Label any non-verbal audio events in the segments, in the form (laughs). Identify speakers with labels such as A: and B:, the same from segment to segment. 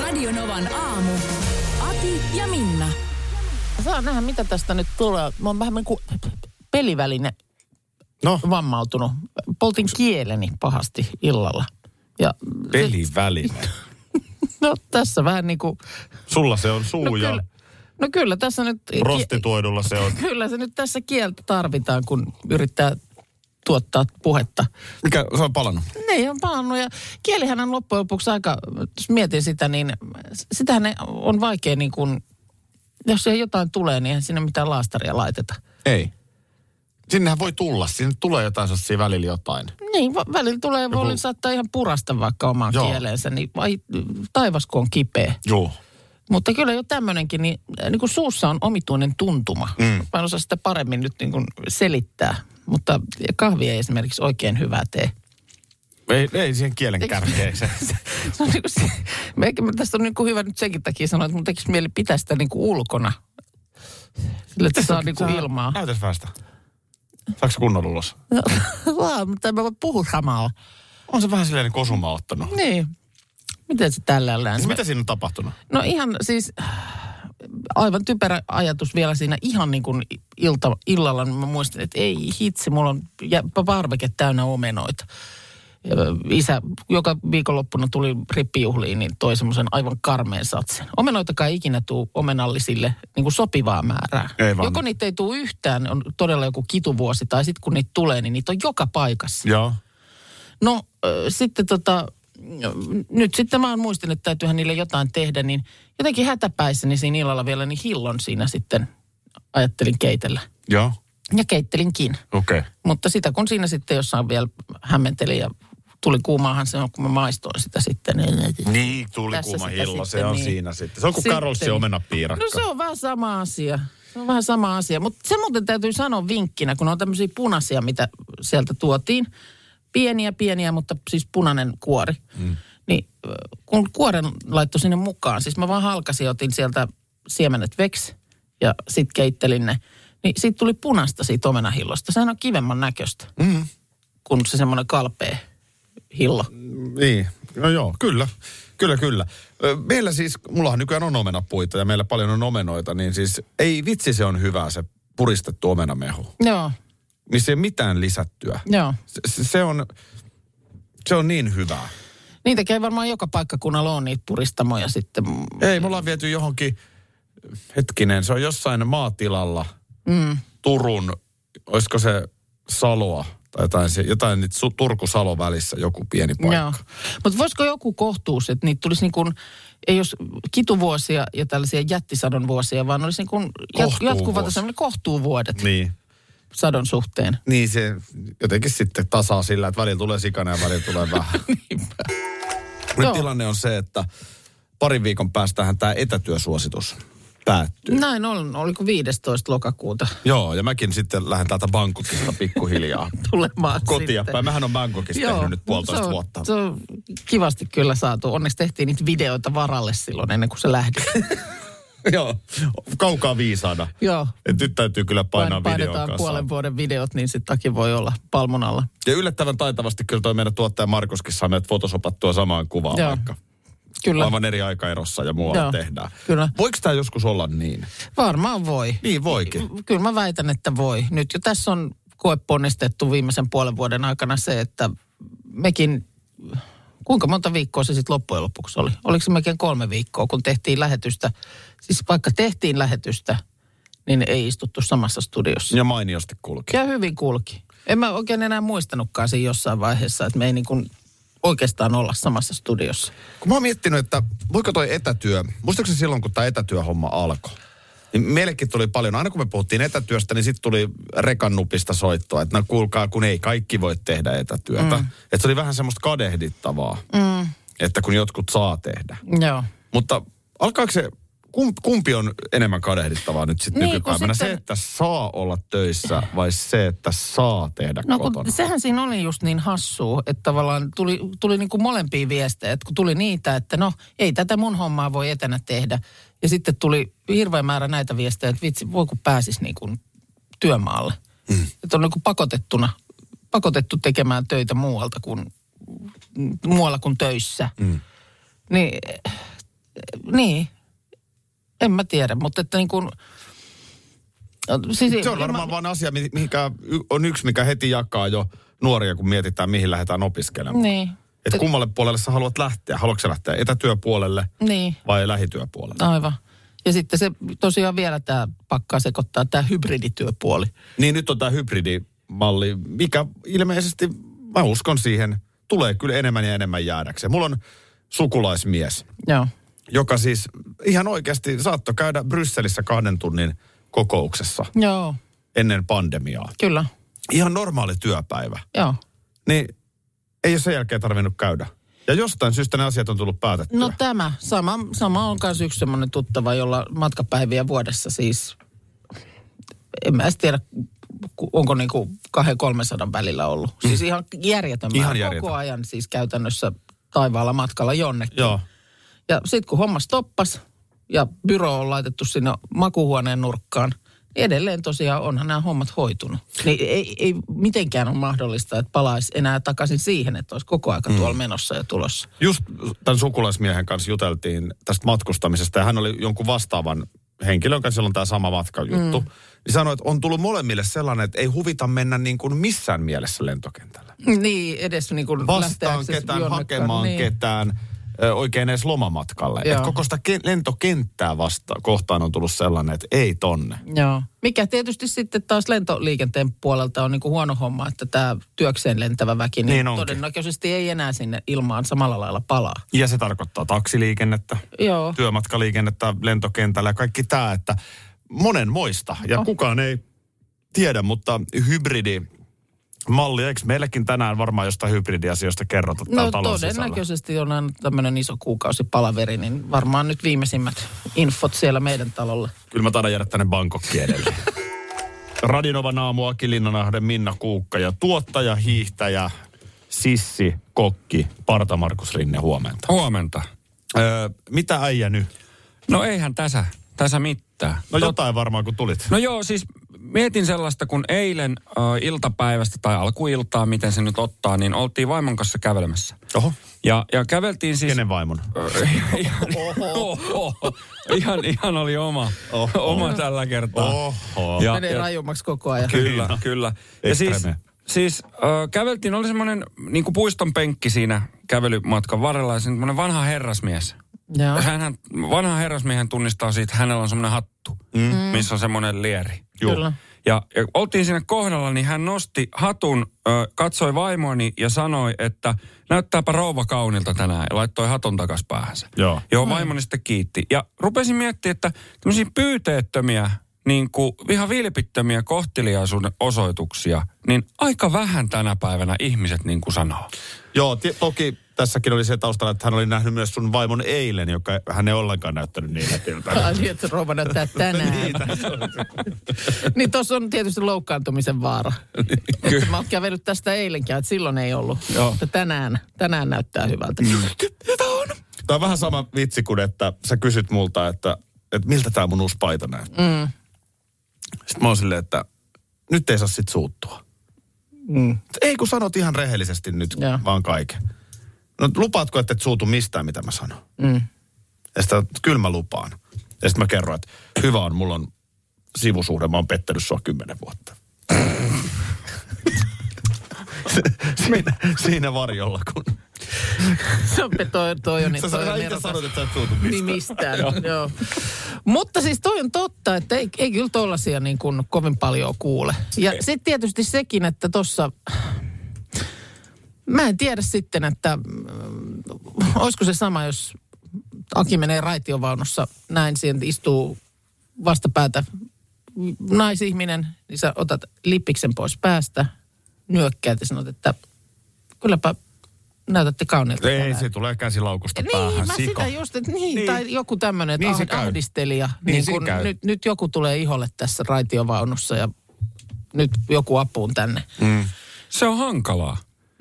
A: Radionovan aamu. Ati ja Minna.
B: Saa nähdä, mitä tästä nyt tulee. Mä oon vähän niin kuin peliväline
C: No,
B: vammautunut. Poltin kieleni pahasti illalla. Ja se-
C: peliväline.
B: no tässä vähän niin kuin...
C: Sulla se on suu
B: No
C: ja
B: kyllä, no kyllä tässä nyt...
C: prostituoidulla se on.
B: Kyllä se nyt tässä kieltä tarvitaan, kun yrittää tuottaa puhetta.
C: Mikä, se on palannut.
B: Ne on palannut ja kielihän on loppujen lopuksi aika, jos mietin sitä, niin s- sitähän ei- on vaikea niin kuin, jos siihen jotain tulee, niin eihän sinne mitään laastaria laiteta.
C: Ei. Sinnehän voi tulla, sinne tulee jotain sellaisia välillä jotain.
B: Niin, va- välillä tulee, voi
C: Joku-
B: saattaa ihan purasta vaikka omaan
C: Joo.
B: kieleensä, niin vai, taivas kun on kipeä.
C: Joo.
B: Mutta kyllä jo tämmöinenkin, niin, niin kuin suussa on omituinen tuntuma. Mm. Mä en osaa sitä paremmin nyt niin kuin selittää, mutta kahvi ei esimerkiksi oikein hyvää tee. (laughs)
C: Ei, ei siihen kielen kärkeen se.
B: Se on niin kuin se, Meikä- tästä on niin kuin hyvä nyt senkin takia sanoa, että mun tekisi mieli pitää sitä niin kuin ulkona. Sillä, että saa niin kuin (laughs) ilmaa.
C: Näytäs vähän sitä. Saatko se kunnolla ulos?
B: Vaa, mutta en mä voi puhua samalla.
C: On se vähän silleen kosuma ottanut.
B: Niin. Miten se tällä
C: Siis mitä siinä on tapahtunut?
B: No ihan siis aivan typerä ajatus vielä siinä ihan niin kuin ilta, illalla. niin Mä muistin, että ei hitsi, mulla on jä- parveke täynnä omenoita. Ja Isä joka viikonloppuna tuli rippijuhliin, niin toi semmoisen aivan karmeen satsen. Omenoitakaan ei ikinä tuu omenallisille niin kuin sopivaa määrää.
C: Ei vaan.
B: Joko niitä ei tule yhtään, on todella joku kituvuosi, tai sitten kun niitä tulee, niin niitä on joka paikassa.
C: Joo.
B: No äh, sitten tota, mm, nyt sitten mä oon muistin, että täytyyhän niille jotain tehdä, niin jotenkin hätäpäissäni siinä illalla vielä, niin hillon siinä sitten ajattelin keitellä.
C: Joo.
B: Ja keittelinkin.
C: Okei. Okay.
B: Mutta sitä kun siinä sitten jossain vielä hämmentelin ja tuli kuumaahan se on, kun mä maistoin sitä sitten. niin-
C: Niin, tuli
B: Tässä
C: kuuma
B: sitä
C: hillo, se
B: sitten,
C: on
B: niin.
C: siinä sitten. Se on kuin Karolsi
B: Sitten-
C: omenapiirakka.
B: No se on vähän sama asia. Se on vähän sama asia. Mutta se muuten täytyy sanoa vinkkinä, kun on tämmöisiä punaisia, mitä sieltä tuotiin. Pieniä, pieniä, mutta siis punainen kuori. Mm. Niin ö, kun kuoren laittoi sinne mukaan, siis mä vaan halkasin ja otin sieltä siemenet veksi ja sit keittelin ne. Niin siitä tuli punasta siitä omenahillosta. Sehän on kivemman näköistä mm. kuin se semmoinen kalpea hillo.
C: Niin, no joo, kyllä. Kyllä, kyllä. Ö, Meillä siis, mullahan nykyään on omenapuita ja meillä paljon on omenoita, niin siis ei vitsi se on hyvä se puristettu omenamehu,
B: Joo,
C: missä ei ole mitään lisättyä.
B: joo.
C: Se, se- se, on, se on niin hyvää.
B: Niitäkin ei varmaan joka paikkakunnalla on niitä puristamoja sitten.
C: Ei, me ollaan viety johonkin, hetkinen, se on jossain maatilalla, mm. Turun, olisiko se Saloa tai jotain, se- jotain niitä Su- Turku-Salo välissä joku pieni paikka.
B: Joo. Mutta voisiko joku kohtuus, että niitä tulisi niin kuin, ei jos kituvuosia ja tällaisia jättisadon vuosia, vaan olisi niin kuin jat-
C: Kohtuuvuosi.
B: jatkuva tämmöinen kohtuuvuodet niin.
C: Niin.
B: sadon suhteen.
C: Niin se jotenkin sitten tasaa sillä, että välillä tulee sikana ja välillä tulee
B: (laughs)
C: vähän. Nyt
B: Joo.
C: tilanne on se, että parin viikon päästähän tämä etätyösuositus päättyy.
B: Näin on, oliko 15. lokakuuta (laughs)
C: Joo, ja mäkin sitten lähden täältä Bangkokista pikkuhiljaa
B: tulemaan
C: kotia
B: sitten.
C: päin. Mähän on Bangkokissa tehnyt nyt puolitoista
B: se on,
C: vuotta.
B: Se on kivasti kyllä saatu. Onneksi tehtiin niitä videoita varalle silloin ennen kuin se
C: (laughs)
B: lähti.
C: (laughs) Joo, kaukaa viisaana.
B: Joo.
C: Et nyt täytyy kyllä painaa videon
B: painetaan
C: kanssa.
B: puolen vuoden videot, niin sitten takin voi olla palmun alla.
C: Ja yllättävän taitavasti kyllä toi meidän tuottaja Markuskin saa meidät fotosopattua samaan kuvaan
B: Joo.
C: vaikka.
B: Kyllä,
C: Aivan eri aikaerossa ja muualla
B: Joo,
C: tehdään.
B: kyllä.
C: Voiko tämä joskus olla niin?
B: varmaan voi.
C: Niin voikin.
B: Kyllä mä väitän, että voi. Nyt jo tässä on koeponnistettu viimeisen puolen vuoden aikana se, että mekin, kuinka monta viikkoa se sitten loppujen lopuksi oli? Oliko se melkein kolme viikkoa, kun tehtiin lähetystä? Siis vaikka tehtiin lähetystä, niin ei istuttu samassa studiossa.
C: Ja mainiosti kulki.
B: Ja hyvin kulki. En mä oikein enää muistanutkaan siinä jossain vaiheessa, että me ei niin kuin oikeastaan olla samassa studiossa.
C: Kun mä oon miettinyt, että voiko toi etätyö, muistaakseni silloin kun tämä etätyöhomma alkoi, niin meillekin tuli paljon, aina kun me puhuttiin etätyöstä, niin sitten tuli rekannupista soittoa, että no kuulkaa, kun ei kaikki voi tehdä etätyötä. Mm. Että se oli vähän semmoista kadehdittavaa. Mm. että kun jotkut saa tehdä.
B: Joo.
C: Mutta alkaako se, kum- kumpi on enemmän kadehdittavaa nyt sitten
B: Niin,
C: niin,
B: kun
C: nykypäivänä? Sitten... Se,
B: sitten-
C: että saa olla töissä vai se, että saa tehdä
B: No kun
C: kotona?
B: sehän siinä oli just niin hassua, että tavallaan tuli, tuli niin kuin molempia viestejä, että kun tuli niitä, että no ei tätä mun hommaa voi etänä tehdä. Ja sitten tuli hirveä määrä näitä viestejä, että vitsi, voi kun pääsis niin kuin työmaalle. Mm. Että on niin kuin pakotettuna, pakotettu tekemään töitä muualta kuin, muualla kuin töissä. Mm. Niin, eh, niin, en mä tiedä, mutta että niin kuin... Siis,
C: Se on
B: en mä-
C: varmaan vaan asia, mi- mihinkä y- on yksi, mikä heti jakaa jo nuoria, kun mietitään, mihin lähdetään opiskelemaan.
B: Niin.
C: Että kummalle puolelle sä haluat lähteä? Haluatko sä lähteä etätyöpuolelle
B: Niin.
C: vai lähityöpuolelle?
B: Aivan. Ja sitten se tosiaan vielä tämä pakkaa sekoittaa tämä hybridityöpuoli.
C: Niin nyt on tämä hybridimalli, mikä ilmeisesti, mä uskon siihen, tulee kyllä enemmän ja enemmän jäädäkseen. Mulla on sukulaismies,
B: Joo.
C: joka siis ihan oikeasti saattoi käydä Brysselissä kahden tunnin kokouksessa
B: Joo,
C: ennen pandemiaa.
B: kyllä.
C: Ihan normaali työpäivä.
B: Joo.
C: Niin ei ole sen jälkeen tarvinnut käydä. Ja jostain syystä ne asiat on tullut päätettyä.
B: No tämä, sama, sama on myös yksi semmoinen tuttava, jolla matkapäiviä vuodessa siis, en mä edes tiedä, ku- onko niinku 200-300 välillä ollut. Siis ihan järjetön määrä.
C: Ihan
B: Koko
C: järjetön.
B: ajan siis käytännössä taivaalla matkalla jonnekin.
C: Joo.
B: Ja sitten kun homma stoppas ja byro on laitettu sinne makuhuoneen nurkkaan, niin edelleen tosiaan onhan nämä hommat hoitunut. Niin ei, ei mitenkään ole mahdollista, että palaisi enää takaisin siihen, että olisi koko aika
C: Mm.
B: tuolla menossa ja tulossa.
C: Just tämän sukulaismiehen kanssa juteltiin tästä matkustamisesta ja hän oli jonkun vastaavan henkilön kanssa, jolla on tämä sama matkajuttu. Mm. Niin sanoi, että on tullut molemmille sellainen, että ei huvita mennä niin kuin missään mielessä lentokentälle.
B: Niin, edes niin kuin
C: Vastaan ketään, hakemaan niin. ketään, ö, oikein edes lomamatkalle.
B: Joo.
C: Et koko sitä ke- lentokenttää vasta kohtaan on tullut sellainen, että ei tonne.
B: Joo. Mikä tietysti sitten taas lentoliikenteen puolelta on niin kuin huono homma, että tämä työkseen lentävä väki niin
C: Niin onkin.
B: todennäköisesti ei enää sinne ilmaan samalla lailla palaa.
C: Ja se tarkoittaa taksiliikennettä,
B: Joo.
C: työmatkaliikennettä lentokentällä ja kaikki tämä, että monen moista. Ja
B: Oh.
C: kukaan ei tiedä, mutta hybridi malli, eikö meillekin tänään varmaan jostain hybridiasioista kerrota
B: No
C: täällä talon sisällä?
B: todennäköisesti on aina tämmöinen iso kuukausipalaveri, niin varmaan nyt viimeisimmät infot siellä meidän talolla.
C: Kyllä mä taidan jäädä tänne Bangkokkiin edelleen. (laughs) Radinovan aamu Aki Linnanahde, Minna Kuukka ja tuottaja, hiihtäjä, sissi, kokki, parta Markus Rinne, huomenta.
D: Huomenta.
C: Öö, mitä äijä nyt?
D: No eihän tässä, tässä mitään.
C: No jotain varmaan kun tulit.
D: No joo, siis mietin sellaista, kun eilen ö, iltapäivästä tai alkuiltaa, miten se nyt ottaa, niin oltiin vaimon kanssa kävelemässä.
C: Oho.
D: Ja, ja käveltiin siis...
C: Kenen vaimon?
D: ihan, (laughs) Oho. ihan, ihan oli oma,
C: Oho.
D: oma tällä kertaa.
C: Oho.
D: Ja,
B: Menee rajummaksi koko ajan.
D: Kyllä, kyllä. Ja siis,
C: Extreme.
D: siis ö, käveltiin, oli semmoinen niin kuin puiston penkki siinä kävelymatkan varrella ja semmoinen vanha herrasmies.
B: Joo.
D: No. Hänhän, vanha herrasmiehen tunnistaa siitä, että hänellä on semmoinen hattu, mm. missä on semmoinen lieri.
C: Juu.
B: Kyllä.
D: Ja, ja oltiin siinä kohdalla, niin hän nosti hatun, ö, katsoi vaimoni ja sanoi, että näyttääpä rouva kaunilta tänään. Ja laittoi hatun takas päähänsä.
C: Joo.
B: Mm.
D: Joo, vaimoni sitten kiitti. Ja rupesin miettimään, että tämmöisiä pyyteettömiä, niin kuin ihan vilpittömiä kohteliaisuuden osoituksia, niin aika vähän tänä päivänä ihmiset niin kuin sanoo.
C: Joo, t- toki tässäkin oli se taustalla, että hän oli nähnyt myös sun vaimon eilen, joka hän ei ollenkaan näyttänyt niin
B: Ai (laughs)
C: nätiltä.
B: niin, että rouva
C: (laughs)
B: näyttää tänään. niin tuossa on tietysti loukkaantumisen vaara.
C: Niin.
B: Että mä oon kävellyt tästä eilenkin, että silloin ei ollut.
D: Joo.
B: Mutta tänään, tänään näyttää hyvältä.
C: Tämä on vähän sama vitsi kuin, että sä kysyt multa, että, että miltä tämä mun uusi paita näyttää. Mm. Sitten mä oon silleen, että nyt ei saa sit suuttua. Mm. Ei kun sanot ihan rehellisesti nyt
B: Joo.
C: vaan kaiken. No lupaatko, että et suutu mistään, mitä mä sanon?
B: Mm.
C: Ja sitä, että kyllä mä lupaan. Ja sitten mä kerron, että hyvä on, mulla on sivusuhde, mä oon pettänyt sua kymmenen
B: (laughs)
C: vuotta. (laughs) siinä, siinä varjolla, kun
B: Se on toi, toi on, niin
C: sä,
B: toi
C: sä
B: on
C: itse
B: nerokas.
C: sanoit, että sä et suutu
B: Niin
C: mistään.
B: mistään, joo. Mutta siis toi on totta, että ei, ei kyllä tollasia niin kuin kovin paljon kuule. Ja sitten tietysti sekin, että tossa, mä en tiedä sitten, että mm, olisiko se sama, jos Aki menee raitiovaunussa näin, siihen istuu vastapäätä naisihminen, niin sä otat lippiksen pois päästä, nyökkäät ja sanot, että kylläpä näytätte kauniilta.
C: Ei, se tulee käsilaukusta päähän.
B: Niin, mä
C: Siko.
B: sitä just, että niin,
C: Niin.
B: niin. tai joku tämmöinen, että
C: Niin se
B: niin
C: käy.
B: ahdistelija.
C: Niin
B: Niin
C: se
B: kun
C: käy.
B: nyt, nyt joku tulee iholle tässä raitiovaunussa ja nyt joku apuun tänne.
C: No
D: Se on hankalaa.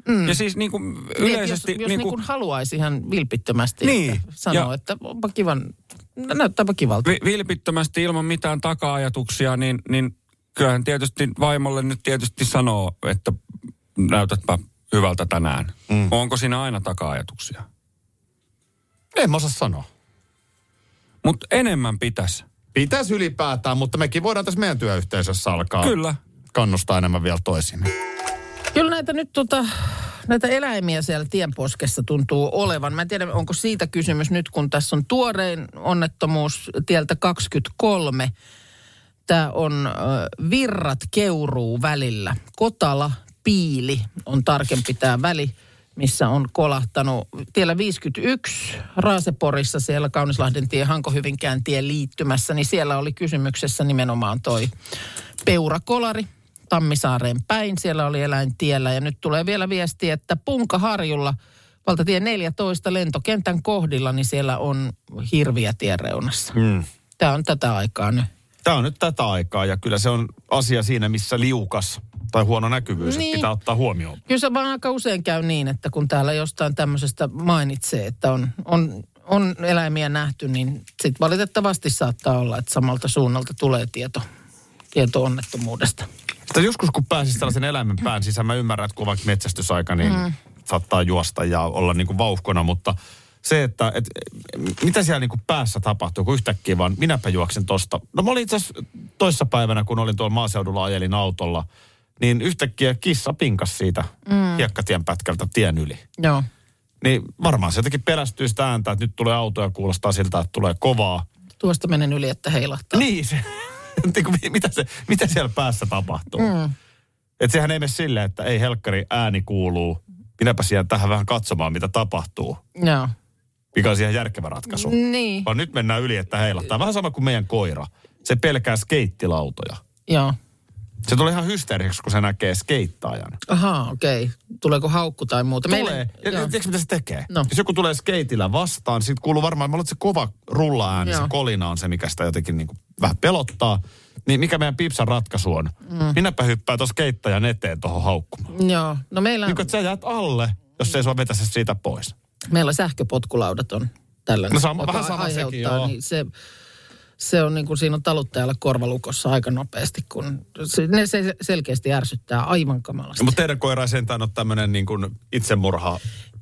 D: Mm. Ja siis niin kuin
B: Niin, että
D: yleisesti...
B: jos, jos
C: niinku-
B: niin kuin haluaisi ihan vilpittömästi
D: Niin,
B: niin. sanoa,
D: ja-
B: ja. että onpa kivan, no näyttääpä kivalta.
D: vi- vilpittömästi ilman mitään taka-ajatuksia, niin, niin kyllähän tietysti vaimolle nyt tietysti sanoo, että näytätpä hyvältä tänään. Mm. Onko siinä aina taka-ajatuksia?
C: En mä osaa sanoa.
D: Mutta enemmän pitäisi.
C: Pitäisi ylipäätään, mutta mekin voidaan tässä meidän työyhteisössä alkaa
D: Kyllä.
C: kannustaa enemmän vielä toisiin.
B: Kyllä näitä nyt tota, näitä eläimiä siellä tienposkessa tuntuu olevan. Mä en tiedä, onko siitä kysymys nyt, kun tässä on tuorein onnettomuus tieltä 23. Tämä on äh, virrat keuruu välillä. Kotala, piili on tarkempi tämä väli, missä on kolahtanut. Tiellä 51 Raaseporissa siellä Kaunislahden tie Hankohyvinkään tien liittymässä, niin siellä oli kysymyksessä nimenomaan toi peurakolari Tammisaareen päin. Siellä oli eläintiellä ja nyt tulee vielä viesti, että Punkaharjulla valtatie 14 lentokentän kohdilla, niin siellä on hirviä tien reunassa. Mm. Tämä on tätä aikaa nyt.
C: Tämä on nyt tätä aikaa ja kyllä se on asia siinä, missä liukas tai huono näkyvyys niin.
B: Niin.
C: pitää ottaa huomioon.
B: Kyllä se vaan aika usein käy niin, että kun täällä jostain tämmöisestä mainitsee, että on, on, on eläimiä nähty, niin sitten valitettavasti saattaa olla, että samalta suunnalta tulee tieto, tieto onnettomuudesta.
C: Sitä joskus kun pääsis tällaisen eläimen pään sisään, mä ymmärrän, että kun on vaikka metsästysaika, niin mm. saattaa juosta ja olla niin kuin vauhkona, mutta se, että et, mitä siellä niin kuin päässä tapahtuu, kun yhtäkkiä vaan minäpä juoksen tosta. No mä olin itse asiassa toissa päivänä, kun olin tuolla maaseudulla, ajelin autolla, niin yhtäkkiä kissa pinkas siitä mm. hiekkatien pätkältä tien yli.
B: Joo.
C: Niin varmaan se jotenkin pelästyy sitä ääntä, että nyt tulee auto ja kuulostaa siltä, että tulee kovaa.
B: Tuosta menen yli, että heilahtaa.
C: Niin, se, (laughs) niinku, mi- mitä, se, mitä siellä päässä tapahtuu? Mm. Et sehän ei mene silleen, että ei helkkari ääni kuuluu. Minäpä siellä tähän vähän katsomaan, mitä tapahtuu.
B: Joo.
C: Mikä on siihen järkevä ratkaisu.
B: Niin.
C: Vaan nyt mennään yli, että heilahtaa. Vähän sama kuin meidän koira. Se pelkää skeittilautoja.
B: Joo.
C: Se tulee ihan hysteeriseksi, kun se näkee skeittaajan.
B: Ahaa, okei. Tuleeko haukku tai muuta?
C: Tulee. Ja, ja
B: joo.
C: tiedätkö, mitä se tekee? No.
B: No.
C: Jos joku tulee skeitillä vastaan, siitä kuuluu varmaan, mä luulen, että se kova rullaääni, se
B: Joo.
C: kolina on se, mikä sitä jotenkin niin kuin vähän pelottaa. Niin mikä meidän Pipsan ratkaisu on? Mm. Minäpä hyppää tuossa keittäjän eteen tuohon haukkumaan.
B: joo. No meillä,
C: Niin kuin, että sä jäät alle, jos ei sua vetäisi siitä pois.
B: meillä sähköpotkulaudat on tällainen.
C: No sama-
B: joka
C: vähän sama
B: aiheuttaa,
C: sekin, joo.
B: Niin se, se on niin kuin siinä on taluttajalla korvalukossa aika nopeasti, kun se, ne se selkeästi ärsyttää aivan kamalasti.
C: Mutta teidän koira ei sentään ole tämmöinen niin kuin itsemurha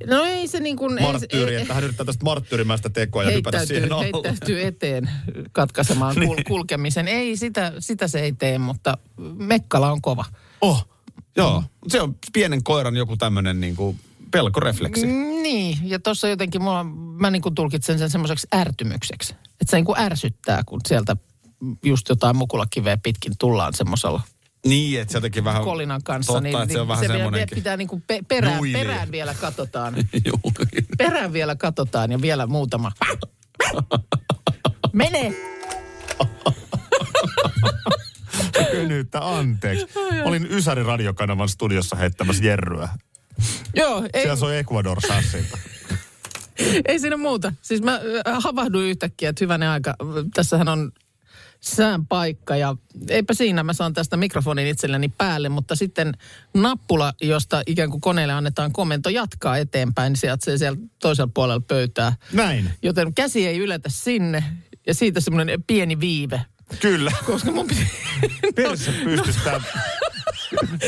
B: no ei se niin kuin...
C: marttyyri, että hän yrittää tästä marttyyrimäistä tekoa ja hypätä
B: heittäytyy,
C: siihen alle. Niin.
B: heittäytyy eteen
C: (laughs)
B: katkaisemaan kul, kulkemisen. Ei, sitä, sitä se ei tee, mutta Mekkala on kova.
C: Oh, joo. Mut Se on pienen koiran joku tämmöinen niin kuin pelkorefleksi.
B: Niin, ja tuossa jotenkin mulla, mä niin kuin tulkitsen sen semmoiseksi ärtymykseksi. Että se niin kuin ärsyttää, kun sieltä just jotain mukulakiveä pitkin tullaan semmoisella
C: Niin, että se jotenkin vähän...
B: kolinan kanssa. niin
C: Totta, että se on vähän
B: se vielä, vielä
C: semmoinenkin.
B: pitää niin kuin pe- perään,
C: Nuili.
B: perään vielä
C: (laughs)
B: katsotaan.
C: Juu.
B: Perään vielä katsotaan ja vielä muutama. Mene!
C: könyyttä anteeksi.
B: (laughs)
C: Olin Ysäri radiokanavan studiossa heittämässä jerryä.
B: Joo, ei,
C: Siellä soi Ecuador sassilta.
B: ei siinä muuta. Siis mä äh, havahduin yhtäkkiä, että hyvänä aika, äh, tässähän on sään paikka ja eipä siinä, mä saan tästä mikrofonin itselleni päälle, mutta sitten nappula, josta ikään kuin koneelle annetaan komento jatkaa eteenpäin, niin sijaitsee siellä toisella puolella pöytää.
C: Näin.
B: Joten käsi ei yletä sinne ja siitä semmoinen pieni viive, (laughs)
C: Kyllä.
B: koska no. mun piti...
C: Perse pystystää.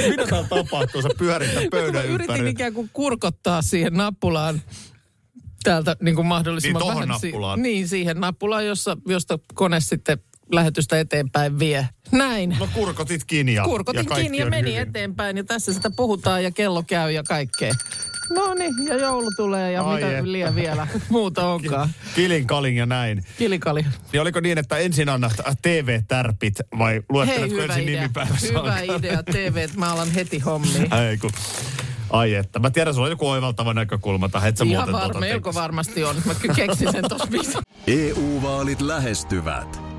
C: Mitä täällä tapahtuu? Sä pyörität
B: (laughs) Mä
C: pöydän
B: yritin
C: ympäri.
B: ikään kuin kurkottaa siihen nappulaan täältä niin kuin mahdollisimman
C: Niin, tohon
B: vähän. si-
C: nappulaan.
B: niin, siihen nappulaan, jossa, josta kone sitten lähetystä eteenpäin vie. Näin.
C: No kurkotit kiinni ja,
B: Kurkotin
C: kaikki
B: kiinni ja
C: on
B: meni
C: hyvin.
B: eteenpäin ja tässä sitä puhutaan ja kello käy ja kaikkea. No niin, ja joulu tulee ja
C: Ai
B: mitä
C: että.
B: liian vielä (laughs) muuta onkaan.
C: Kilin, kalin ja näin.
B: Kilikali.
C: Niin oliko niin, että ensin annat TV-tärpit vai
B: Hei,
C: luetteletko
B: hyvä
C: ensin
B: idea.
C: nimipäivässä?
B: Hyvä idea. TV, mä alan heti
C: (laughs)
B: hommiin.
C: Ai, kun. Ai että. Mä tiedän, sulla on joku oivaltava näkökulma tähän, et sä
B: Ihan
C: muuten tuota
B: varma,
C: tekisi.
B: melko varmasti on. Mä ky- keksin sen tossa biisissä.
E: EU-vaalit E lähestyvät.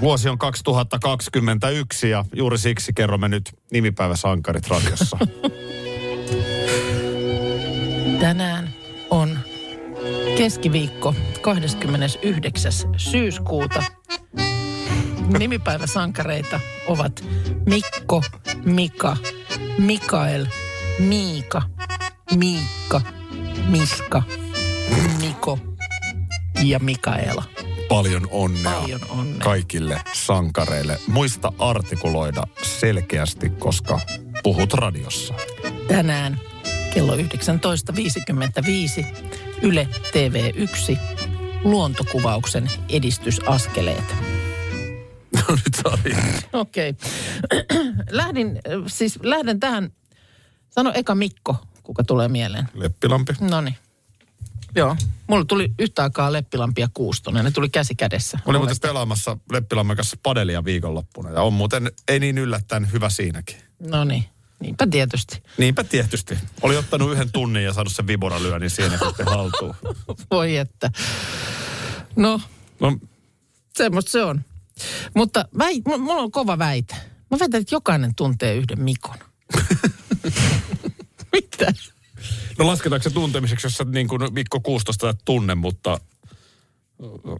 C: Vuosi on 2021 ja juuri siksi kerromme nyt nimipäiväsankarit radiossa.
B: Tänään on keskiviikko 29. syyskuuta. Nimipäiväsankareita ovat Mikko, Mika, Mikael, Miika, Miikka, Miska, Miko ja Mikaela.
C: (laughs) Paljon onnea,
B: Paljon onnea.
C: kaikille sankareille. Muista artikuloida selkeästi, koska puhut radiossa.
B: Tänään kello 19.55 Yle TV1 luontokuvauksen edistysaskeleet.
C: (laughs) No nyt sori.
B: Okei. (clears throat) Lähdin, äh, siis lähden tähän. Sano eka Mikko, kuka tulee mieleen.
C: Leppilampi.
B: No Joo. Mulla tuli yhtä aikaa Leppilampi ja Kuustonen. Ne tuli käsi kädessä.
C: Olin muuten pelaamassa Leppilammen kanssa padelia viikonloppuna ja on muuten, ei niin yllättäen, hyvä siinäkin.
B: No niin. Niinpä tietysti.
C: Niinpä tietysti. Oli ottanut yhden tunnin ja saanut sen viboralyönnin siinä sitten haltuun.
B: Voi että. No,
C: No,
B: semmoista se on. Mutta väi, m- mulla on kova väite. Mä väitän, että jokainen tuntee yhden Mikon. (laughs) Mitä?
C: no lasketaanko se tuntemiseksi, jos sä niin kuin Mikko 16 et tunne, mutta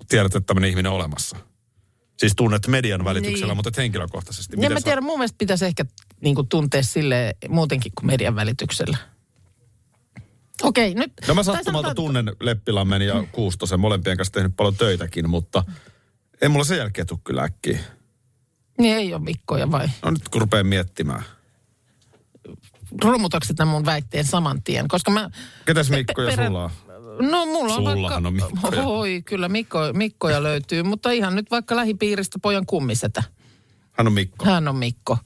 C: tiedät, että tämmöinen ihminen on olemassa. Siis tunnet median välityksellä,
B: Niin.
C: mutta et henkilökohtaisesti.
B: Ja mä tiedän, mun mielestä pitäisi ehkä niin kuin, tuntea sille muutenkin kuin median välityksellä. Okei, nyt...
C: No
B: tai
C: mä sattumalta
B: sanotaan,
C: tunnen Leppilammen ja Kuustosen molempien kanssa tehnyt paljon töitäkin, mutta ei mulla sen jälkeen tule kyllä äkkiä.
B: Niin ei ole Mikkoja vai?
C: No nyt kun rupeaa miettimään.
B: Romutatko sä tämän mun väitteen saman tien? Koska mä...
C: Ketäs
B: pe-
C: Mikko ja
B: perä-
C: sulla on?
B: No mulla on
C: Sullahan
B: vaikka...
C: on Mikkoja.
B: Oi, kyllä Mikko, Mikkoja löytyy, mutta ihan nyt vaikka lähipiiristä pojan kummisetä.
C: Hän on Mikko.
B: Hän on Mikko.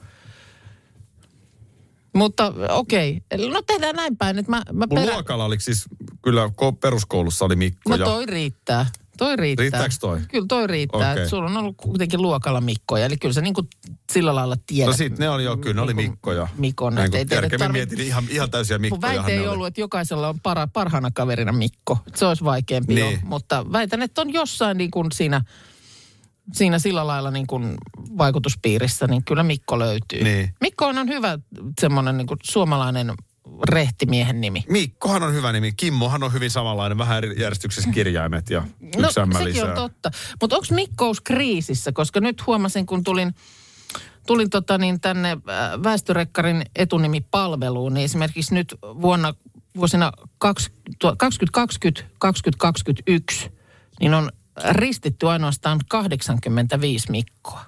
B: Mutta okei, Eli no tehdään näin päin, että mä, mä
C: Mun
B: perään-
C: luokalla oli siis, kyllä ko- peruskoulussa oli Mikko
B: No
C: ja
B: toi riittää. Toi riittää.
C: Riittääks toi?
B: Kyllä toi riittää.
C: Okei.
B: Okay. Sulla on ollut kuitenkin luokalla Mikkoja, eli kyllä sä niin kuin sillä lailla tiedät.
C: No sit ne oli jo, kyllä ne oli
B: Niinku
C: Mikko ja...
B: Mikon,
C: Näin
B: et
C: kun
B: ei teidän
C: jälkeen
B: tarvi-
C: mietin niin ihan, ihan täysiä
B: Mun
C: Mikkoja.
B: väite ei ollut, että jokaisella on para, parhaana kaverina Mikko. Se olisi vaikeampi
C: Niin.
B: jo, mutta väitän, että on jossain niin kuin siinä, siinä sillä lailla niin kuin vaikutuspiirissä, niin kyllä Mikko löytyy.
C: Niin.
B: Mikko on hyvä semmoinen niin kuin suomalainen rehtimiehen nimi.
C: Mikkohan on hyvä nimi. Kimmohan on hyvin samanlainen, vähän eri
B: (laughs)
C: järjestyksessä kirjaimet ja yksi
B: No
C: ämmä
B: sekin
C: lisää.
B: on totta. Mutta onko Mikkous kriisissä? Koska nyt huomasin, kun tulin, tulin tota niin tänne äh, väestörekkarin etunimipalveluun, niin esimerkiksi nyt vuonna, vuosina 2020, 2021, niin on ristitty ainoastaan 85 Mikkoa.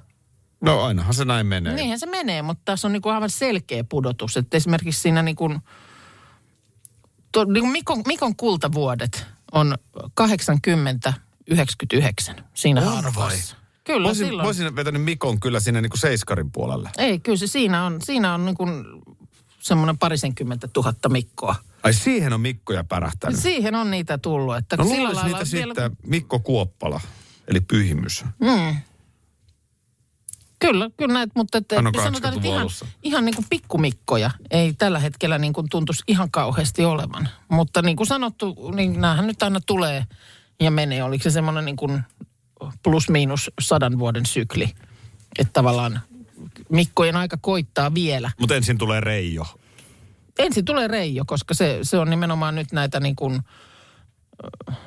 C: No ainahan se näin menee.
B: Niinhän se menee, mutta tässä on niinku aivan selkeä pudotus. Että esimerkiksi siinä niinku, to, niinku Mikon, Mikon kultavuodet on 80-99 siinä
C: On
B: haarukassa.
C: vai?
B: Kyllä
C: Voisin,
B: silloin.
C: voisin vetänyt Mikon kyllä sinne niin kuin seiskarin puolelle.
B: Ei, kyllä se siinä on, siinä on niinku semmoinen parisenkymmentä tuhatta Mikkoa.
C: Ai siihen on Mikkoja pärähtänyt. Si-
B: Siihen on niitä tullut. Että
C: no
B: sillä
C: luulisi
B: Niin, lailla
C: niitä
B: vielä-
C: sitten Mikko Kuoppala, eli pyhimys.
B: Kyllä, kyllä näet, mutta että,
C: Hän on
B: sanotaan, että
C: 80-luvun
B: ihan,
C: alussa.
B: ihan niin kuin pikkumikkoja ei tällä hetkellä niin kuin tuntuisi ihan kauheasti olevan. Mutta niin kuin sanottu, niin näähän nyt aina tulee ja menee. Oliko se semmoinen niin kuin plus-miinus sadan vuoden sykli, että tavallaan Mikkojen aika koittaa vielä.
C: Mutta ensin tulee Reijo.
B: Ensin tulee Reijo, koska se, se on nimenomaan nyt näitä niin kuin, ö, niinku,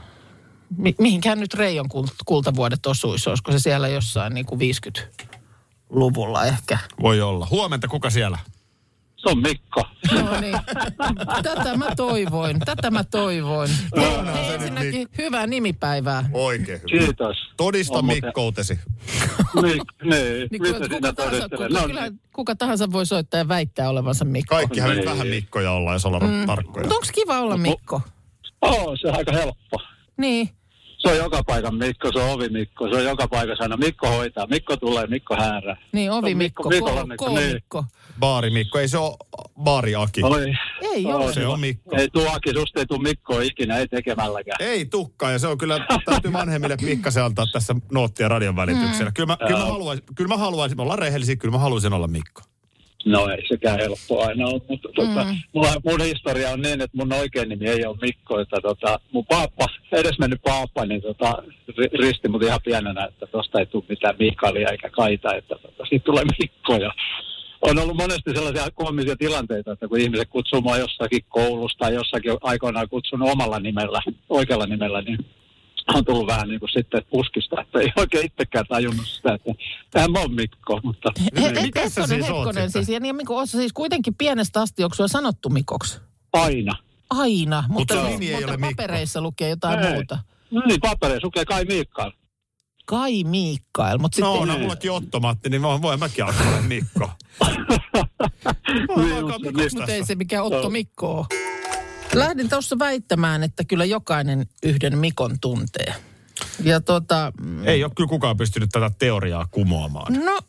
B: mi- mihinkään nyt Reijon kult- kultavuodet osuisi. Olisiko se siellä jossain niin kuin 50-luvulla ehkä?
F: Voi olla. Huomenta, kuka siellä?
G: Se on Mikko.
B: No niin. Tätä mä toivoin. Tätä mä toivoin.
C: Onhan se nyt niin.
B: Ensinnäkin hyvää nimipäivää.
C: Oikein hyvä.
G: Kiitos.
C: Todista
G: On muuten-
C: mikkoutesi.
H: Oh.
G: Niin, niin.
B: Niin
G: Mitä
B: kyllä, kuka,
G: sinä
B: tahansa, kuka,
G: todistelet? No,
B: kyllä, kuka tahansa voi soittaa ja väittää olevansa Mikko.
C: Kaikkihan nyt
G: Niin.
C: vähän mikkoja ollaan, jos ollaan
B: Mm.
C: tarkkoja.
B: Mutta onko kiva
G: No,
B: olla Mikko?
G: oo, oh, se on aika helppo.
B: Niin.
G: Se on joka paikan Mikko, se on ovi Mikko, se on joka paikassa aina. Mikko hoitaa, Mikko tulee, Mikko häärää.
B: Niin,
G: Se
B: ovi
G: on
B: Mikko,
G: Mikolla
B: Ko- K-Mikko.
C: Baari Mikko, ei se ole baari Aki.
G: Oli.
B: Ei
G: Oli.
B: ole.
C: Se on Mikko.
G: Ei tuu Aki, susta ei tuu Mikkoa ikinä, ei tekemälläkään.
C: Ei tukkaa, ja se on kyllä, täytyy vanhemmille pikkasen antaa tässä noottia radion välityksellä. Kyllä mä, kyllä mä, haluaisin, kyllä mä haluaisin, me ollaan rehellisiä, kyllä mä haluaisin olla Mikko.
G: No ei sekään helppoa aina ole, mutta tota, mulla, mun historia on niin, että mun oikein nimi ei ole Mikko, että tota, mun paappa, edesmennyt paappa, niin tota, ri- risti mut ihan pienenä, että tosta ei tule mitään Mikaelia eikä Kaita, että tota, siitä tulee Mikko ja on ollut monesti sellaisia koomisia tilanteita, että kun ihmiset kutsuu mua jossakin koulusta tai jossakin aikoinaan kutsunut omalla nimellä, oikealla nimellä, niin on tullut vähän niin kuin sitten puskista, että ei oikein itsekään tajunnut sitä, että tämä on Mikko, mutta...
B: He, he,
C: Mikä Niin, sä
B: hetkonen,
C: siis oot
B: hetkonen,
C: sitten?
B: siis, ja niin, Mikko, oot sä siis kuitenkin pienestä asti, onko sua sanottu Mikoksi?
G: Aina.
B: Aina, mutta,
C: sun
B: mutta,
C: nimi ei ole Mikko.
B: papereissa lukee jotain
G: Ei.
B: muuta.
G: Niin, papereen lukee kai Miikka.
B: Kai Mikael, mutta
C: No,
B: sitten...
C: on mullakin Otto-Matti, niin voi, voi mäkin alkaa olla
G: (laughs)
C: Mikko.
G: Niin,
C: alkaa
G: just-
C: Mikoksi
G: niin.
B: Mutta ei se mikään Otto Mikko ole. Lähdin tuossa väittämään, että kyllä jokainen yhden Mikon tuntee. Ja tota, mm,
C: Ei ole kyllä kukaan pystynyt tätä teoriaa kumoamaan.
B: no,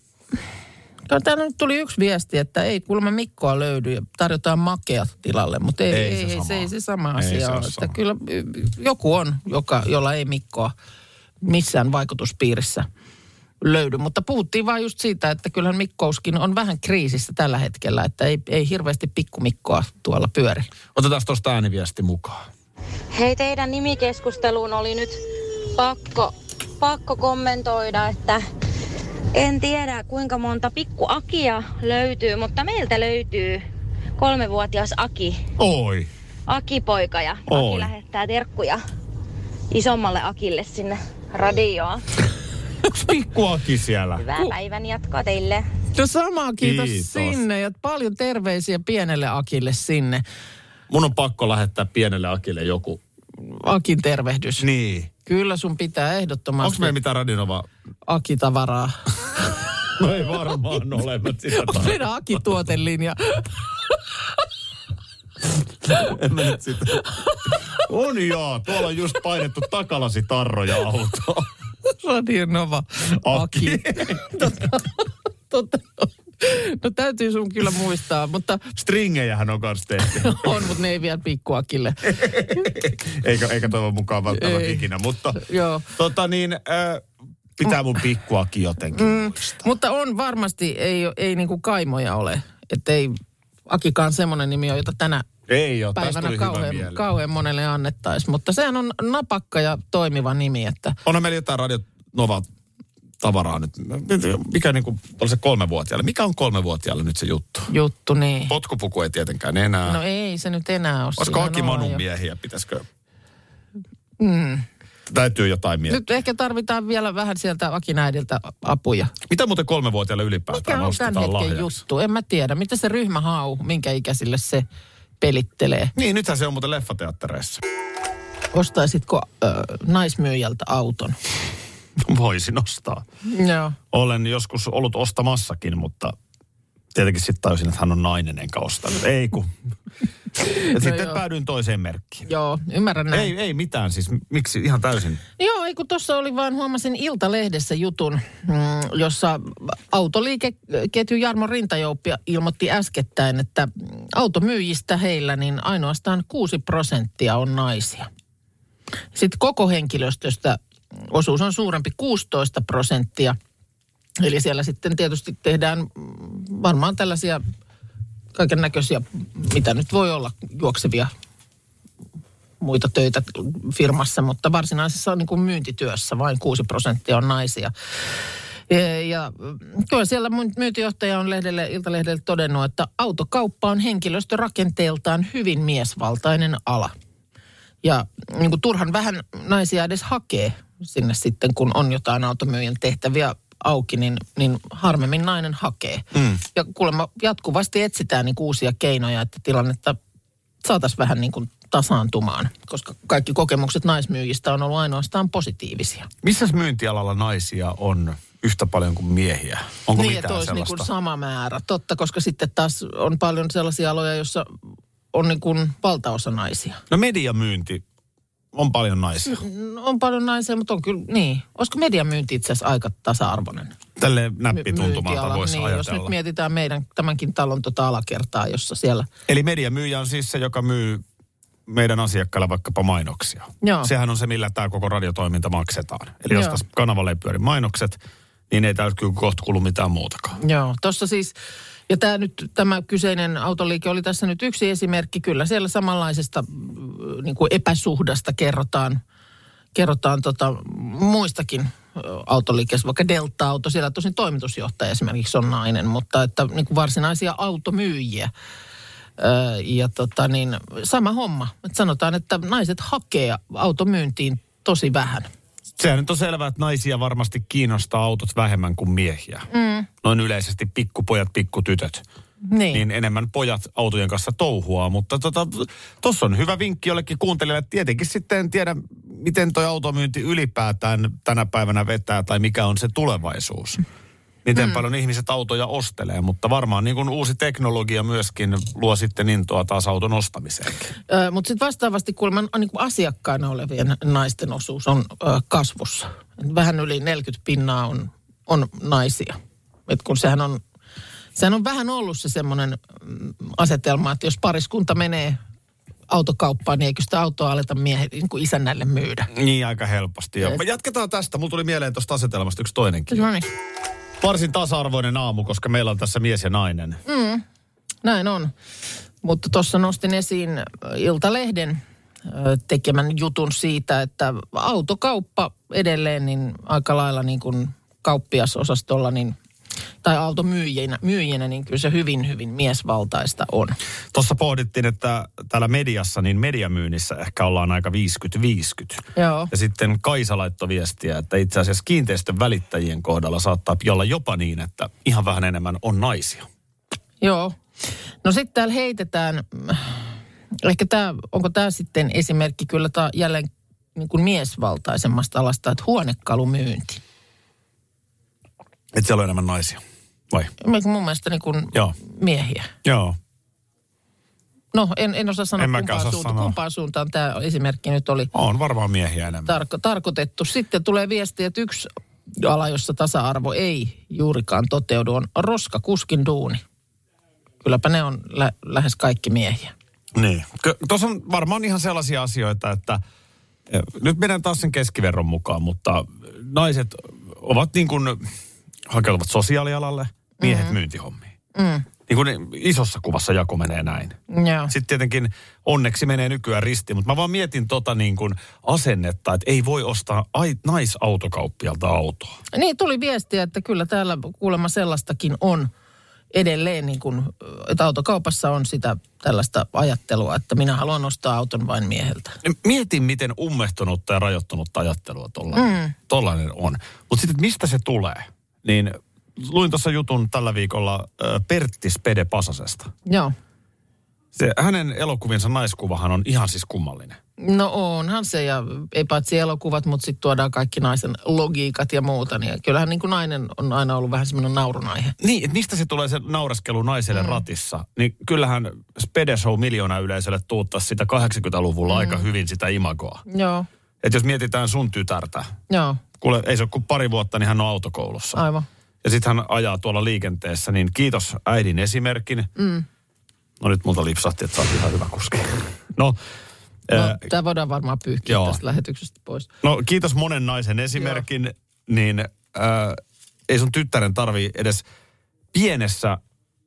B: no täällä nyt tuli yksi viesti, että ei kuulemma Mikkoa löydy ja tarjotaan makeat tilalle, mutta ei,
C: Ei
B: ei,
C: se
B: ei,
C: sama.
B: se, ei se sama
C: Ei
B: asia
C: se
B: ole.
C: ole
B: Että
C: sama.
B: Kyllä y- joku on, joka, jolla ei Mikkoa missään vaikutuspiirissä löydy. Mutta puhuttiin vaan just siitä, että kyllähän Mikkouskin on vähän kriisissä tällä hetkellä, että ei, ei hirveästi pikkumikkoa tuolla pyöri.
F: Otetaan tuosta ääniviesti mukaan.
I: Hei, teidän nimikeskusteluun oli nyt pakko, pakko kommentoida, että en tiedä kuinka monta pikku Akia löytyy, mutta meiltä löytyy kolmevuotias Aki,
C: Oi.
I: Aki-poika ja
C: Oi.
I: Aki lähettää terkkuja isommalle Akille sinne radioon.
C: Onks Pikku Aki siellä?
I: Hyvää päivän jatkoa teille.
B: No samaa kiitos, kiitos
C: Kiitos.
B: sinne ja paljon terveisiä pienelle Akille sinne.
C: Mun on pakko lähettää pienelle Akille joku.
B: Akin tervehdys. Niin. Kyllä sun pitää
C: Onko
B: ehdottomasti
C: meillä mitään radionovaa? (laughs)
B: Aki-tavaraa.
C: No ei varmaan ole, mä sitä
B: Onko meillä
C: (laughs)
B: Aki-tuotelinja?
C: tarkoitan sitä. On joo, tuolla on just painettu takalasitarroja autoon.
B: Radio niin Nova.
C: Aki.
B: (laughs) Totta- totta. No täytyy sun kyllä muistaa, mutta
C: Stringejähän on kans tehty.
B: on, mutta ne ei vielä pikkuakille.
C: Eikä, eikä toivon mukaan välttämättä
B: Ei.
C: ikinä, mutta
B: Joo.
C: tota niin, äh, pitää mun pikkuakin jotenkin
B: Mm.
C: muistaa.
B: Mutta on varmasti, ei, ei niinku kaimoja ole. Että ei Akikaan semmoinen nimi ole, jota tänä
C: Ei ole, tästä
B: päivänä
C: tuli hyvä
B: kauhean,
C: mieleen.
B: kauhean monelle annettaisiin. Mutta sehän on napakka ja toimiva nimi, että
C: Onhan meillä jotain Radio Nova tavaraa nyt. Mikä niin kuin, on se kolmevuotiaalle? Mikä on kolmevuotiaalle nyt se juttu?
B: juttu niin.
C: Potkupuku ei tietenkään enää.
B: No ei se nyt enää ole.
C: Olisiko
B: siinä
C: Aki
B: noin
C: Manun
B: jo. Mm.
C: miehiä? Pitäisikö? Mm. Täytyy jotain miettiä. Nyt.
B: Nyt ehkä tarvitaan vielä vähän sieltä Akin äidiltä apuja.
C: Mitä muuten kolmevuotiaalle ylipäätään
B: Mikä on tämän
C: nostetaan
B: hetken
C: lahjaksi?
B: juttu? En mä tiedä. Mitä se ryhmä hau, minkä ikäisille se pelittelee?
C: Niin, nythän se on muuten leffateattereissa. (laughs)
B: Ostaisitko äh, naismyyjältä auton?
C: Voisin ostaa.
B: Joo.
C: Olen joskus ollut ostamassakin, mutta tietenkin sitten tajusin, että hän on nainen enkä ostanut.
B: (laughs)
C: Ei kun. Ja sitten
B: No joo.
C: päädyin toiseen merkkiin.
B: Joo, ymmärrän näin.
C: Ei, ei mitään siis. Miksi? Ihan täysin.
B: Joo, ei kun tuossa oli vaan, huomasin Iltalehdessä jutun, mm, jossa autoliikeketju Jarmo Rintajouppi ilmoitti äskettäin, että mm, automyyjistä heillä niin ainoastaan 6 prosenttia on naisia. Sitten koko henkilöstöstä osuus on suurempi 16 prosenttia. Eli siellä sitten tietysti tehdään mm, varmaan tällaisia kaiken näköisiä, mitä nyt voi olla, juoksevia muita töitä firmassa, mutta varsinaisessa niin kuin myyntityössä vain 6 prosenttia on naisia. Ja, ja mm, kyllä siellä mun- myyntijohtaja on lehdelle, Iltalehdelle todennut, että autokauppa on henkilöstörakenteeltaan hyvin miesvaltainen ala. Ja niin kuin turhan vähän naisia edes hakee sinne sitten, kun on jotain automyyjän tehtäviä auki, niin, niin harmemmin nainen hakee. Mm. Ja kuulemma jatkuvasti etsitään niin kuin uusia keinoja, että tilannetta saataisiin vähän niin kuin tasaantumaan, koska kaikki kokemukset naismyyjistä on ollut ainoastaan positiivisia.
C: Missä myyntialalla naisia on yhtä paljon kuin miehiä? Onko
B: niin, että
C: mitään
B: olisi niin
C: sellaista?
B: kuin sama määrä, totta, koska sitten taas on paljon sellaisia aloja, joissa on niin kuin valtaosa naisia.
C: No mediamyynti on paljon naisia.
B: No, On paljon naisia, mutta on kyllä, niin. Olisiko mediamyynti itse asiassa aika tasa-arvoinen?
C: Tälle
B: my-
C: näppituntumalta
B: myyntiala.
C: voisi
B: niin, Jos nyt
C: ajatella.
B: mietitään meidän tämänkin talon tota alakertaa, jossa siellä...
C: Eli mediamyyjä on siis se, joka myy meidän asiakkaille vaikkapa mainoksia.
B: Joo.
C: Sehän on se, millä tämä koko radiotoiminta maksetaan. Eli jos
B: Joo.
C: tässä kanavalla ei pyöri mainokset, niin ei täältä kyllä kohta kuulu mitään muutakaan.
B: Joo, tuossa siis... Ja tämä, nyt, tämä kyseinen autoliike oli tässä nyt yksi esimerkki. Kyllä siellä samanlaisesta mm, niin kuin epäsuhdasta kerrotaan, kerrotaan tota, muistakin ö, autoliikkeessä, vaikka Delta-auto. Siellä tosin toimitusjohtaja esimerkiksi on nainen, mutta että niin kuin varsinaisia automyyjiä. Ö, ja tota, niin, sama homma. Et sanotaan, että naiset hakee automyyntiin tosi vähän.
C: Sehän nyt on selvää, että naisia varmasti kiinnostaa autot vähemmän kuin miehiä. Mm. Noin yleisesti pikkupojat, pikkutytöt.
B: Niin.
C: niin enemmän pojat autojen kanssa touhuaa. Mutta tuossa tota, tossa on hyvä vinkki jollekin kuuntelijalle. Tietenkin sitten en tiedä, miten toi automyynti ylipäätään tänä päivänä vetää tai mikä on se tulevaisuus. Miten mm. paljon ihmiset autoja ostelee, mutta varmaan niin kun uusi teknologia myöskin luo sitten intoa taas auton ostamiseen.
B: Mutta sitten vastaavasti kuulemma niin kuin asiakkaina olevien naisten osuus on ö, kasvussa. Et Vähän yli 40 pinnaa on, on naisia. Et kun sehän on, sehän on vähän ollut se semmoinen mm, asetelma, että jos pariskunta menee autokauppaan, niin eikö sitä autoa aleta miehet niin kuin isännälle myydä.
C: Niin aika helposti. Ja
B: Yes.
C: me jatketaan tästä. Mulla tuli mieleen tuosta asetelmasta yksi toinenkin.
B: No niin,
C: Varsin tasa-arvoinen aamu, koska meillä on tässä mies ja nainen.
B: näin on. Mutta tuossa nostin esiin ö, Iltalehden ö, tekemän jutun siitä, että autokauppa edelleen niin aika lailla niin kuin kauppiasosastolla niin, tai automyyjinä, myyjinä, niin kyllä se hyvin, hyvin miesvaltaista on.
C: Tuossa pohdittiin, että täällä mediassa, niin mediamyynnissä ehkä ollaan aika 50-50.
B: Joo.
C: Ja sitten Kaisa laittoi viestiä, että itse asiassa kiinteistön välittäjien kohdalla saattaa olla jopa niin, että ihan vähän enemmän on naisia.
B: Joo. No sitten täällä heitetään, mm, ehkä tämä, onko tämä sitten esimerkki kyllä tää jälleen niin kuin miesvaltaisemmasta alasta, että huonekalumyynti.
C: Että siellä on enemmän naisia. Vai?
B: Mun mielestä niin kuin
C: Joo.
B: miehiä.
C: Joo.
B: No en, en osaa sanoa,
C: En mäkään
B: kumpaan,
C: osaa
B: suuntaan,
C: sanoa.
B: kumpaan suuntaan tämä esimerkki nyt oli
C: On varmaan miehiä enemmän.
B: tarko- tarkoitettu. Sitten tulee viesti, että yksi ala, jossa tasa-arvo ei juurikaan toteudu, on roskakuskin duuni. Kylläpä ne on lä- lähes kaikki miehiä.
C: Niin. Tuossa on varmaan ihan sellaisia asioita, että eh, nyt mennään taas sen keskiverron mukaan, mutta naiset ovat niin kuin hakeutuvat sosiaalialalle, miehet mm-hmm. myyntihommiin. Mm. Niin kuin isossa kuvassa jako menee näin.
B: Joo.
C: Sitten tietenkin onneksi menee nykyään risti, mutta mä vaan mietin tota niin kuin asennetta, että ei voi ostaa ai- naisautokauppialta autoa.
B: Niin, tuli viestiä, että kyllä täällä kuulemma sellaistakin on edelleen, niin kuin, että autokaupassa on sitä tällaista ajattelua, että minä haluan ostaa auton vain mieheltä.
C: Mietin, miten ummehtunutta ja rajoittunutta ajattelua tollainen, mm. tollainen on. Mutta sitten, mistä se tulee? Niin luin tuossa jutun tällä viikolla ö, Pertti Spede Pasasesta.
B: Joo.
C: Se, hänen elokuvinsa naiskuvahan on ihan siis kummallinen.
B: No onhan se, ja ei paitsi elokuvat, mutta sitten tuodaan kaikki naisen logiikat ja muuta. Niin kyllähän niin kuin nainen on aina ollut vähän semmoinen naurunaihe.
C: Niin, että mistä se tulee se nauraskelu naiselle mm. ratissa? Niin kyllähän Spede Show miljoona yleisölle tuuttaa sitä 80-luvulla mm. aika hyvin sitä imagoa.
B: Joo,
C: Että jos mietitään sun tytärtä,
B: joo,
C: kuule ei se ole kuin pari vuotta, niin hän on autokoulussa.
B: aivan.
C: Ja sitten hän ajaa tuolla liikenteessä, niin kiitos äidin esimerkin. Mm. No nyt multa lipsahti, että sä oot ihan hyvä (laughs) kuski. No, no,
B: No, Tämä voidaan varmaan pyyhkiä
C: joo.
B: tästä lähetyksestä pois.
C: no kiitos monen naisen esimerkin, Joo. niin äh, ei sun tyttären tarvii edes pienessä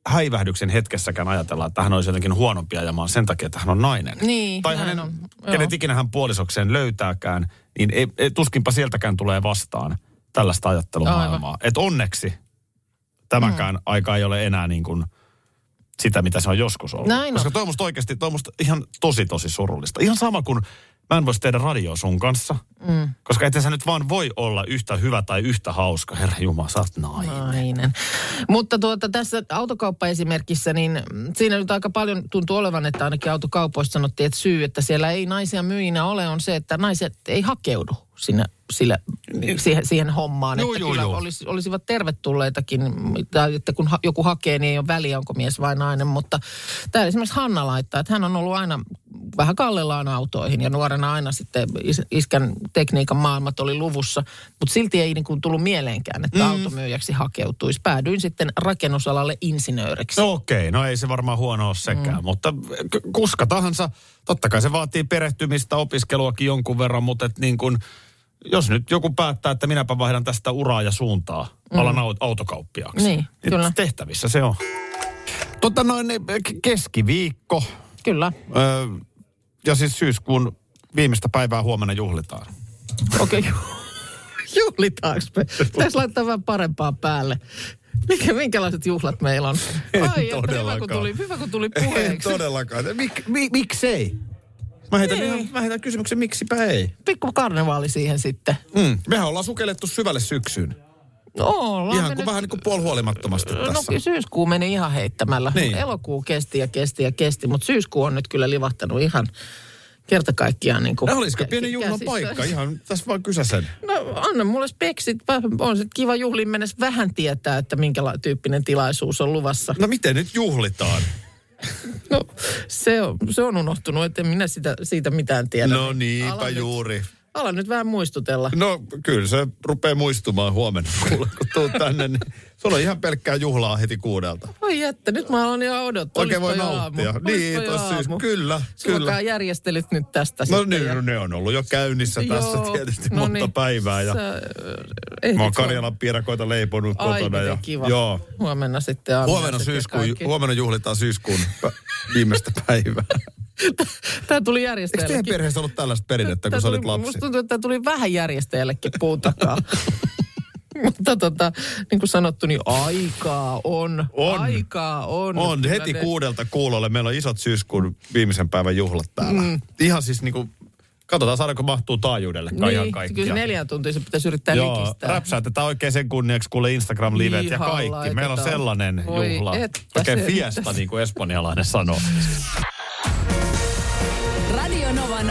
C: häivähdyksen hetkessäkään ajatella, että hän olisi jotenkin huonompi ajamaan sen takia, että hän on nainen.
B: Niin,
C: tai
B: näin
C: hänen,
B: on. Joo.
C: kenet ikinä hän puolisokseen löytääkään, niin ei, ei, tuskinpa sieltäkään tulee vastaan tällaista ajattelumaailmaa. Että onneksi tämäkään mm. aika ei ole enää niin kuin sitä, mitä se on joskus ollut.
B: Näin on.
C: Koska toi on musta oikeasti, toi on musta ihan tosi tosi surullista. Ihan sama kuin mä en voisi tehdä radioa sun kanssa. Mm. Koska ettei sä nyt vaan voi olla yhtä hyvä tai yhtä hauska, herra Jumala, sä oot nainen.
B: Nainen. Mutta tuota, tässä autokauppaesimerkissä, niin siinä nyt aika paljon tuntuu olevan, että ainakin autokaupoissa sanottiin, että syy, että siellä ei naisia myyjinä ole, on se, että naiset ei hakeudu sinne, sillä, siihen, siihen hommaan.
J: Joo,
B: että
J: joo,
B: kyllä
J: joo.
B: Olis, olisivat tervetulleitakin, tai että kun ha, joku hakee, niin ei ole väliä, onko mies vai nainen. Mutta täällä esimerkiksi Hanna laittaa, että hän on ollut aina vähän kallellaan autoihin ja nuorena aina sitten is, iskän tekniikan maailmat oli luvussa. Mutta silti ei niin kuin tullut mieleenkään, että mm. automyyjäksi hakeutuisi. Päädyin sitten rakennusalalle insinööriksi.
C: No okei, no ei se varmaan huono ole sekään, mm. mutta k- kuska tahansa, totta kai se vaatii perehtymistä, opiskeluakin jonkun verran, mutta et niin kun, jos nyt joku päättää, että minäpä vaihdan tästä uraa ja suuntaa, mm. alan au- autokauppiaaksi.
B: Niin, kyllä.
C: Tehtävissä se on. Tota noin, eh, k- keskiviikko,
B: Kyllä.
C: öö, ja siis syyskuun viimeistä päivää huomenna juhlitaan.
B: Okei, (laughs) okay. juhlitaanko me? Pitäisi laittaa vähän parempaa päälle. Mikä, minkälaiset juhlat meillä on? Ai, että hyvä, kun
C: todellakaan.
B: tuli, hyvä, kun tuli puheeksi.
C: todellakaan. Mik, mi, miksei? Mä heitän, ihan, mä heitän kysymyksen, miksipä ei?
B: Pikku karnevaali siihen sitten.
C: Mm. Mehän ollaan sukellettu syvälle syksyyn.
B: No, ollaan
C: Ihan
B: me
C: kuin, vähän niin kuin puolihuolimattomasti
B: No
C: tässä.
B: kyllä syyskuu meni ihan heittämällä.
C: Niin.
B: Niin. Elokuu kesti ja kesti ja kesti, mutta syyskuu on nyt kyllä livahtanut ihan kerta kaikkiaan. Niin kuin
C: No, olisiko
B: kä-
C: pieni juhlan
B: käsissä.
C: paikka? Ihan tässä vaan kysäsen.
B: No anna mulle speksit. Väh- On sit kiva juhliin mennessä vähän tietää, että minkä tyyppinen tilaisuus on luvassa.
C: No miten nyt juhlitaan?
B: No se on, se on unohtunut, että en minä sitä, siitä mitään tiedä.
C: No niinpä
B: Ala nyt.
C: juuri.
B: Ala nyt vähän muistutella.
C: No kyllä se rupeaa muistumaan huomenna, (laughs) kuule, kun tuut tänne. Niin se on ihan pelkkää juhlaa heti kuudelta.
B: Voi jättä, nyt mä aloin jo odottaa.
C: Oikein
B: Olisiko
C: voi
B: jo aamu?
C: nauttia.
B: Olisiko
C: Niin,
B: jo
C: tos siis
B: aamu?
C: kyllä,
B: Suokaa
C: kyllä.
B: järjestelyt nyt tästä
C: No
B: sitten
C: niin,
B: ja-
C: no, ne on ollut jo käynnissä tässä tietysti monta
B: niin.
C: päivää. Ja
B: Sä, eh,
C: mä oon Karjalan piirakoita leiponut
B: Ai,
C: kotona.
B: miten
C: Ja,
B: kiva.
C: Joo.
B: Huomenna sitten aamulla.
C: Huomenna,
B: sitten
C: syyskuun,
B: kaikki.
C: huomenna juhlitaan syyskuun (laughs) pä- viimeistä päivää.
B: Tämä tuli
C: Eikö teidän
B: järjestäjällekin.
C: perheessä ollut tällaista perinnettä,
B: Tää
C: kun sä olit
B: tuli-
C: lapsi?
B: Musta tuntuu, että tämä tuli vähän järjestäjällekin puun takaa. (laughs) Mutta tota, niin kuin sanottu, niin aikaa on.
C: On.
B: Aikaa on.
C: On,
B: Kyllä
C: heti
B: ne-
C: kuudelta kuulolle. Meillä on isot syyskuun viimeisen päivän juhlat täällä. Mm. Ihan siis niinku, katsotaan saadaanko mahtuu taajuudelle niin, ihan
B: Niin,
C: kaikkia.
B: kyllä neljä tuntia se pitäisi yrittää
C: Joo,
B: likistää.
C: räpsäytetään oikein sen kunniaksi kuule Instagram-livet ja
B: Ihan
C: kaikki. Meillä on
B: laitetaan.
C: sellainen
B: Voi
C: juhla.
B: että
C: Oikein
B: se-
C: fiesta, niin kuin espanjalainen
B: (laughs)
C: sanoo.
K: Radio Novan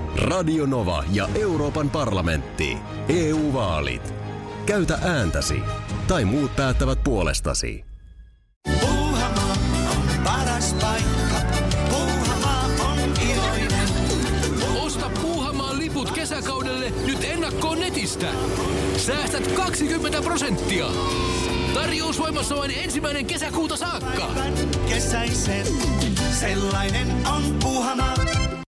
E: Radio Nova ja Euroopan parlamentti. EU-vaalit. Käytä ääntäsi. Tai muut päättävät puolestasi.
L: Puuhamaa on paras paikka. Puuhamaa on iloinen.
M: Osta Puuhamaan liput kesäkaudelle nyt ennakkoon netistä. Säästät 20 prosenttia. Tarjous voimassa vain ensimmäinen kesäkuuta saakka.
L: Päivän kesäisen. Sellainen on Puuhamaa.